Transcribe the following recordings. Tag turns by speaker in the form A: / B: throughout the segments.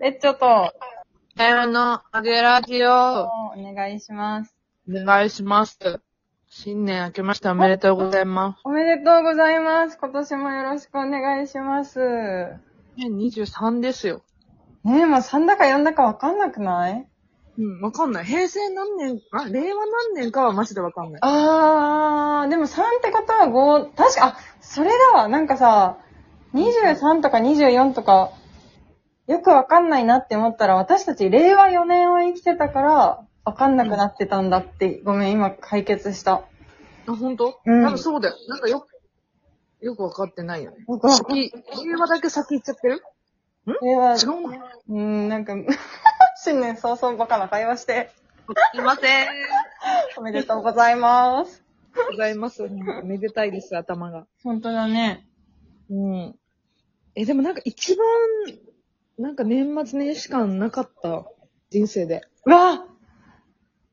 A: レッチョと、
B: さよのあげラジオ、
A: お願いします。
B: お願いします。新年明けましておめでとうございま
A: おめでとうございます。今年もよろしくお願いします。ね
B: す。2023ですよ。
A: え、もう3だか4だかわかんなくない
B: うん、わかんない。平成何年、あ、令和何年かはマジでわかんない。
A: あー、でも3ってことは5、確か、あ、それだわ。なんかさ、23とか24とか、よくわかんないなって思ったら、私たち令和4年は生きてたから、わかんなくなってたんだって、ごめん、今解決した。
B: あ、ほんと
A: うん
B: 多分そうだよ。なんかよく、よくわかってないよね。
A: 僕は、
B: 先、令和だけ先行っちゃってる
A: 令和、
B: 違うの
A: うーん、なんか、 新年早々バカな会話して、
B: すいません。
A: おめでとうございます。
B: ございます。めでたいです、頭が。
A: 本当だね。
B: うん。え、でもなんか一番、なんか年末年始感なかった。人生で。
A: うわ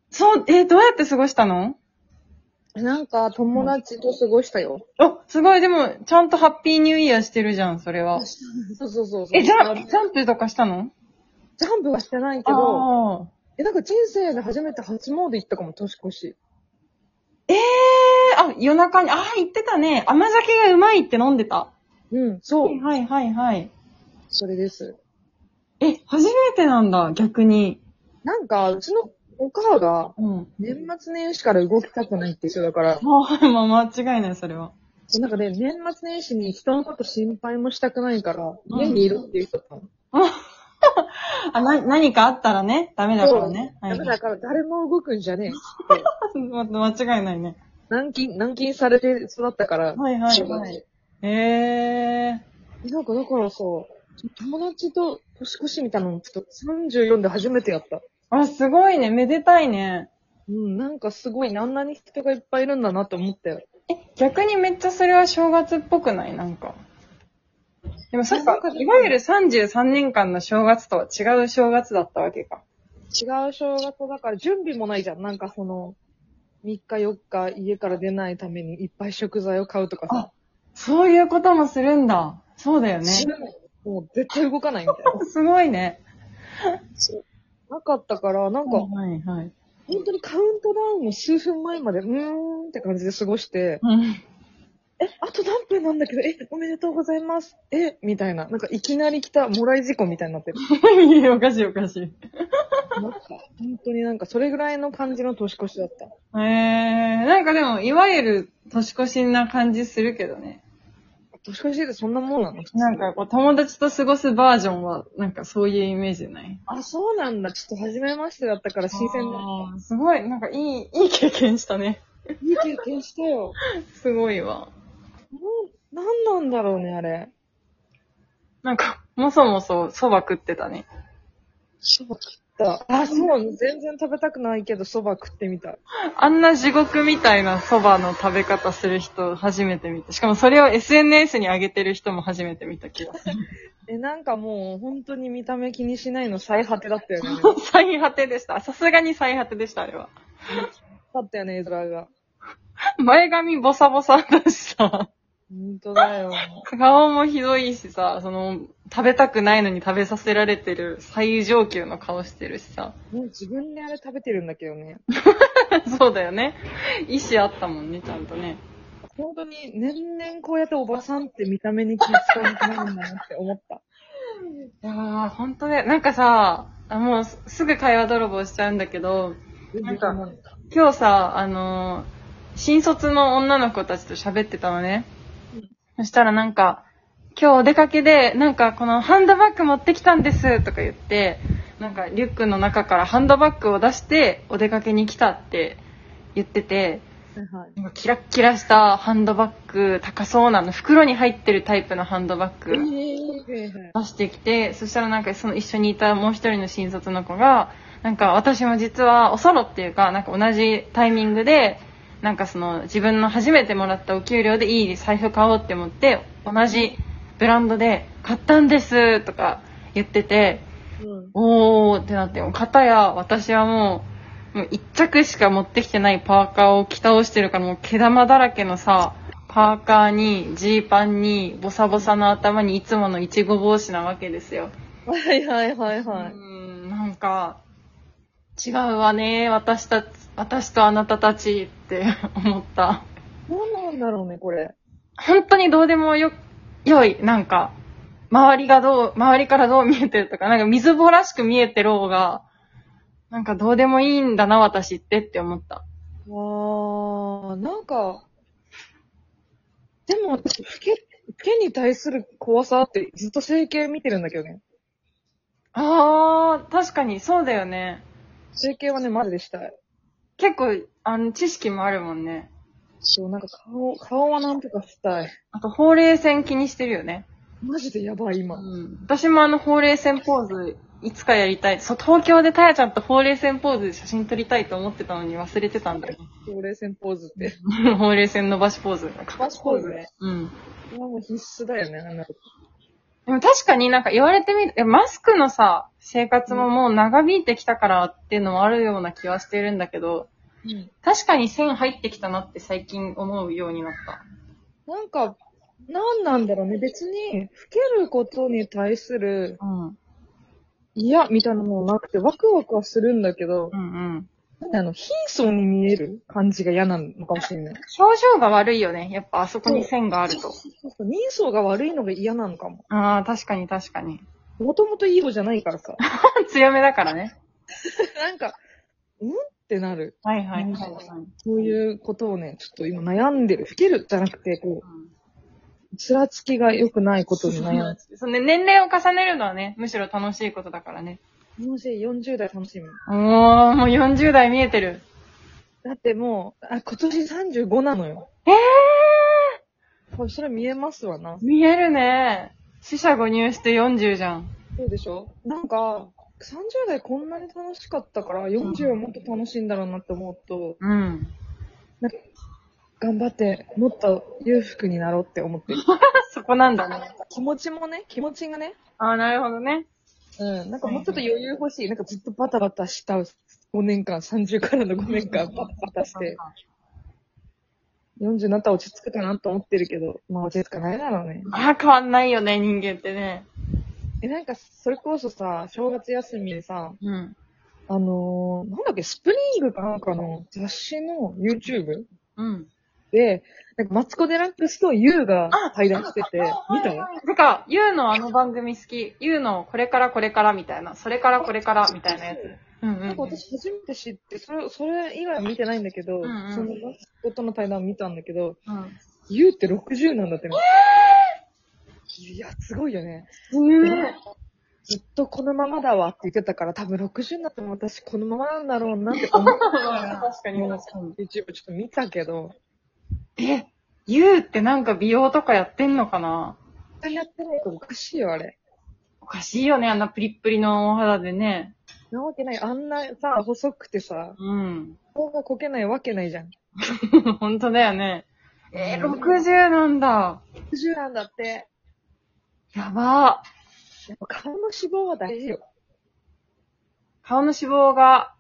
A: そう、え、どうやって過ごしたの
B: なんか、友達と過ごしたよ。
A: あ、すごい、でも、ちゃんとハッピーニューイヤーしてるじゃん、それは。
B: そうそうそうそう。
A: え、ジャン
B: ジ
A: ジャンプとかしたの
B: ャンプはしてないけ
A: け
B: ど、
A: ど、
B: え、なんか人生で初めて初詣行ったかも、年越し。
A: えー、あ、夜中に、あー、言ってたね。甘酒がうまいって飲んでた。
B: うん、そう
A: は。いはいはいはい。
B: それです。
A: え、初めてなんだ、逆に。
B: なんか、うちのお母が、
A: うん。
B: 年末年始から動きたくないって人だから、
A: はい、まあ間違いない、それは。
B: そうなんかね、年末年始に人のこと心配もしたくないから、
A: うん
B: 家にいるっていう人だったの。
A: あ、な、何かあったらね、ダメだからね。
B: そ
A: は
B: う
A: い
B: だから、誰も動くんじゃねえっつっ て。
A: ま間違いないね。
B: 軟禁、軟禁されて育ったから、
A: はいはい
B: 中学
A: はい
B: で
A: えー。
B: えなんかだからさ、友達と年越しみたいなのちょっと34で初めてやった。
A: あ、すごいね。めでたいね。
B: うん、なんかすごい、あんなに人がいっぱいいるんだなって思ったよ。
A: え、逆にめっちゃそれは正月っぽくないなんか。でもそっか
B: なん、か
A: いわゆる33年間の正月とは違う正月だったわけか。
B: 違う正月だから準備もないじゃん。なんかその、3日4日家から出ないためにいっぱい食材を買うとかさ。
A: そういうこともするんだ。そうだよね。
B: 知らないもう絶対動かないみたいな。
A: すごいね。
B: なかったから、なんか、
A: はいはい。
B: 本当にカウントダウンの数分前まで、うーんって感じで過ごして、
A: うん
B: え、あと何分なんだけど、え、おめでとうございます。え、みたいな。なんかいきなり来た、もらい事故みたいになってる。
A: いやおかしいおかしい。
B: なんか、本当になんか、それぐらいの感じの年越しだった。
A: えー、なんかでも、いわゆる年越しな感じするけどね。
B: 年越しってそんなもんなの
A: なんかこう、友達と過ごすバージョンは、なんかそういうイメージない
B: あ、そうなんだ。ちょっと初めましてだったから新鮮だ。
A: あーすごい、なんかいい、いい経験したね。
B: いい経験したよ。
A: すごいわ。
B: なん、なんなんだろうね、あれ。
A: なんか、もそもそ蕎麦食ってたね。
B: そば食った。あ、そう、全然食べたくないけど、そば食ってみた。
A: あんな地獄みたいな蕎麦の食べ方する人初めて見た。しかもそれを SNS に上げてる人も初めて見た気がする。
B: え、なんかもう、本当に見た目気にしないの最果てだった よね。
A: 最果てでした。さすがに最果てでした、あれは。
B: だったよね、絵面が。
A: 前髪ボサボサだしさ、
B: 本当だよ。
A: 顔もひどいしさ、その、食べたくないのに食べさせられてる最上級の顔してるしさ。
B: もう自分であれ食べてるんだけどね。
A: そうだよね。意思あったもんね、ちゃんとね。
B: 本当に年々こうやっておばさんって見た目に気遣わなくなるんだなって思った。
A: いやー、ほんとね、なんかさ、あもうすすぐ会話泥棒しちゃうんだけど、なんか今日さ、あのー新卒の女の子たちと喋ってたのね。
B: うん
A: そしたらなんか、今日お出かけで、なんかこのハンドバッグ持ってきたんですとか言って、なんかリュックの中からハンドバッグを出してお出かけに来たって言ってて、
B: はい。
A: なんかキラッキラしたハンドバッグ、高そうなの、袋に入ってるタイプのハンドバッグ。
B: え
A: 出してきて、そしたらなんかその一緒にいたもう一人の新卒の子が、なんか私も実はおそろっていうか、なんか同じタイミングで、なんかその自分の初めてもらったお給料でいい財布買おうって思って、同じブランドで買ったんですとか言ってて、
B: うん。
A: おーってなって、もう片や私はもう、もう一着しか持ってきてないパーカーを着倒してるから、もう毛玉だらけのさ、パーカーに、ジーパンに、ボサボサの頭にいつものイチゴ帽子なわけですよ。
B: はいはいはいは
A: う
B: い。
A: ん、なんか、違うわね、私たち、私とあなたたちって思った。
B: どうなんだろうね、これ。
A: 本当にどうでもよ、良い、なんか、周りがどう、周りからどう見えてるとか、なんか水ぼらしく見えてる方が、なんかどうでもいいんだな、私ってって思った。
B: わー、なんか、でも私、老け、老けに対する怖さってずっと整形見てるんだけどね。
A: あー、確かにそうだよね。
B: 整形はね、マジでしたい。
A: 結構、あの、知識もあるもんね。
B: そう、なんか顔、顔はなんとかしたい。
A: あと、ほうれい線気にしてるよね。
B: マジでやばい、今。
A: うん私もあの、ほうれい線ポーズ、いつかやりたい。そう、東京でたやちゃんとほうれい線ポーズで写真撮りたいと思ってたのに忘れてたんだよ。
B: ほうれい線ポーズって。
A: ほうれい線伸ばしポーズ。
B: ばしポーズね。
A: うん。
B: これはもう必須だよね、あんなこと。
A: でも確かになんか言われてみる、えマスクのさ、生活ももう長引いてきたからっていうのもあるような気はしてるんだけど、
B: うん。
A: 確かに線入ってきたなって最近思うようになった。
B: なんか、なんなんだろうね。別に、老けることに対する
A: うん。うん
B: 嫌みたいなものなくて、ワクワクはするんだけど、
A: うん。
B: なんであの、貧相に見える感じが嫌なのかもしれない。
A: 表情が悪いよね。やっぱあそこに線があると。
B: そうそう人相が悪いのが嫌なのかも。
A: ああ、確かに確かに。
B: もともといい子じゃないからさ。
A: 強めだからね。
B: なんか、うんってなる。
A: はいはい
B: うん
A: はいはい。
B: そういうことをね、ちょっと今悩んでる。老けるじゃなくて、こう、つらつきが良くないことに悩ん で
A: そのね年齢を重ねるのはね、むしろ楽しいことだからね。
B: る。もし40代楽しみ。
A: おー、もう40代見えてる。
B: だってもう、あ、今年35なのよ。
A: え
B: これそれ見えますわな
A: ー、。見えるね。死者誤入して40じゃん。
B: そうでしょなんか、30代こんなに楽しかったから、40はもっと楽しいんだろうなって思うと、
A: うん。
B: 頑張って、もっと裕福になろうって思ってる。
A: そこなんだね。
B: 気持ちもね、気持ちがね、
A: あー、なるほどね。
B: うん、なんかもうちょっと余裕欲しい。なんかずっとバタバタした5年間、30からの5年間バタバタして、40になったら落ち着くかなと思ってるけど、まあ落ち着かないだろうね。
A: あー、変わんないよね、人間ってね。
B: え、なんかそれこそさ、正月休みでさ、
A: うん。
B: あのー、なんだっけ、スプリングかなんかの雑誌の YouTube
A: うん。
B: で、なんかマツコ・デラックスと YOU が対談してて、見た
A: てか、ゆうのあの番組好き。ゆうのこれからこれからみたいな。それからこれからみたいなやつ。うんうん。
B: なんか私初めて知って、それ、それ以外は見てないんだけど、
A: んうん
B: そのマツコとの対談を見たんだけど、
A: うん。
B: YOU って60なんだってね。いや、すごいよね。ずっとこのままだわって言ってたから、多分60になっても私このままなんだろうなって思って、
A: 確かに確かに。
B: YouTube ちょっと見たけど、
A: え、ゆうってなんか美容とかやってんのかな
B: 絶対やってないとおかしいよ、あれ。
A: おかしいよね、あんなプリップリのお肌でね。
B: なわけない。あんなさ、細くてさ、
A: うん。
B: 顔がこけないわけないじゃん。
A: 本当だよね。えー、
B: うん
A: 60なんだ。
B: 60なんだって。
A: やば。
B: やっぱ顔の脂肪は大事よ。
A: 顔の脂肪が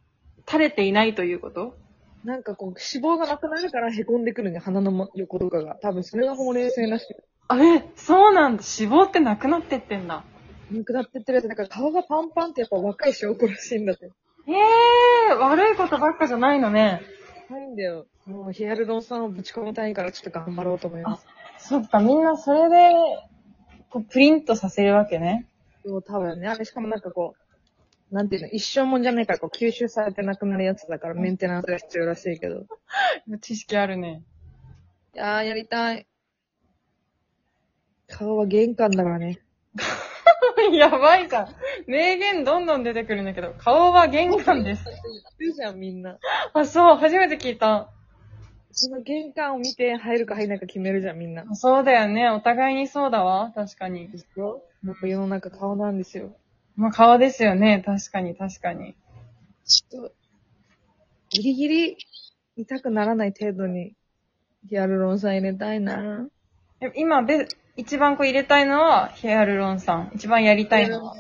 A: 垂れていないということ
B: なんかこう、脂肪がなくなるから凹んでくるね、鼻の横とかが。多分それがほうれい線らしい。
A: あれ、そうなんだ。脂肪ってなくなってってんだ。
B: なくなってってるやつ、なんか顔がパンパンってやっぱ若い証拠らしいんだって。
A: えー、悪いことばっかじゃないのね。
B: ないんだよ。もうヒアルロン酸をぶち込みたいからちょっと頑張ろうと思います。
A: そっか、みんなそれで、こう、プリントさせるわけね。
B: そう、多分ね。あれしかもなんかこう、なんていうの、一生もんじゃないからこう吸収されてなくなるやつだからメンテナンスが必要らしいけど。
A: 知識あるね。
B: いやー、やりたい。顔は玄関だからね。
A: やばいじゃん。名言どんどん出てくるんだけど、顔は玄関です。
B: 言うじゃん、みんな。
A: あ、そう、初めて聞いた。
B: その玄関を見て入るか入らないか決めるじゃん、みんな。
A: そうだよね。お互いにそうだわ。確かに。
B: でしょやっぱ世の中顔なんですよ。
A: まあ、顔ですよね。確かに、確かに。
B: ちょっと、ギリギリ痛くならない程度にヒアルロン酸入れたいな
A: え今、べ、一番こう入れたいのは、ヒアルロン酸。一番やりたいのは。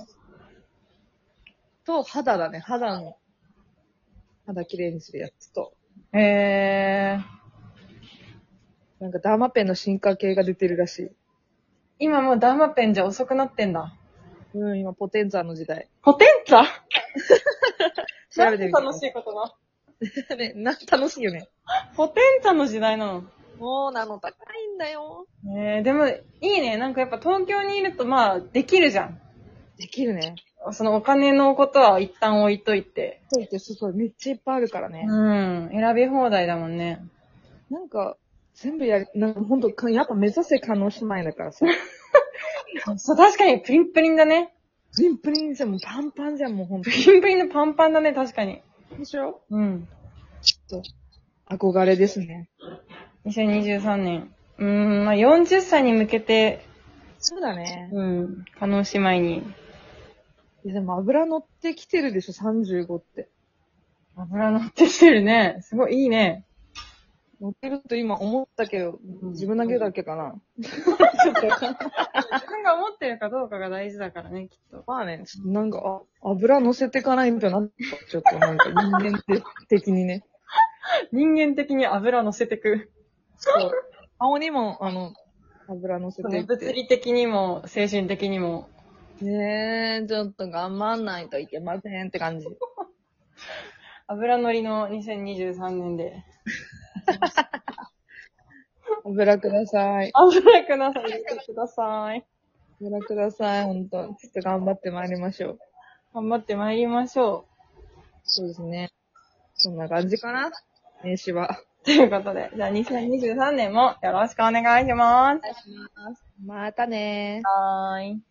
B: と、肌だね、肌の。肌綺麗にするやつと。
A: えー、
B: なんかダーマペンの進化系が出てるらしい。
A: 今もうダーマペンじゃ遅くなってんだ。
B: うん、今、ポテンザーの時代。
A: ポテンツァ
B: 調べてみて。
A: 楽しいことが。
B: ね、な、楽しいよね。
A: ポテンツァの時代なの。
B: もうなの高いんだよ。
A: ねえ、でも、いいね。なんかやっぱ東京にいると、まあ、できるじゃん。
B: できるね。
A: そのお金のことは一旦置いといて。
B: そうって、そうそう、めっちゃいっぱいあるからね。
A: うん。選び放題だもんね。
B: なんか、全部やり、なんかほんとか、やっぱ目指せ可能姉妹だからさ。
A: そう、確かにプリンプリンだね。
B: プリンプリンじゃん、もうパンパンじゃん、もうほんと
A: プ。リンプリンのパンパンだね、確かに。
B: でしょ
A: うん。
B: 憧れですね。
A: 2023年。うーん、まあ40歳に向けて、
B: そうだね。
A: うん、可能姉妹に。
B: いやでも油乗ってきてるでしょ、35って。
A: 油乗ってきてるね。すごいいいね。
B: 乗ってると今思ったけど
A: うん、
B: 自分だけだけかな。
A: 自分が思ってるかどうかが大事だからね、きっと。
B: まあね、ちょっとなんか、あ油乗せてかないみたいになった。ちょっとなんか人間的にね。
A: 人間的に油乗せてく。
B: そう。顔にも、あの、油乗せてって。
A: 物理的にも、精神的にも。
B: ねえ、ちょっと頑張んないといけませんって感じ。
A: 油乗りの2023年で。
B: 油ください。
A: 油くなさい。ください。
B: 油ください、ほんと。ちょっと頑張ってまいりましょう。
A: 頑張って参りましょ
B: そうですね。そんな感じかな名刺は。
A: う。ということで、じゃあ2023年もよろしくお願いします。
B: またねー。
A: はーい。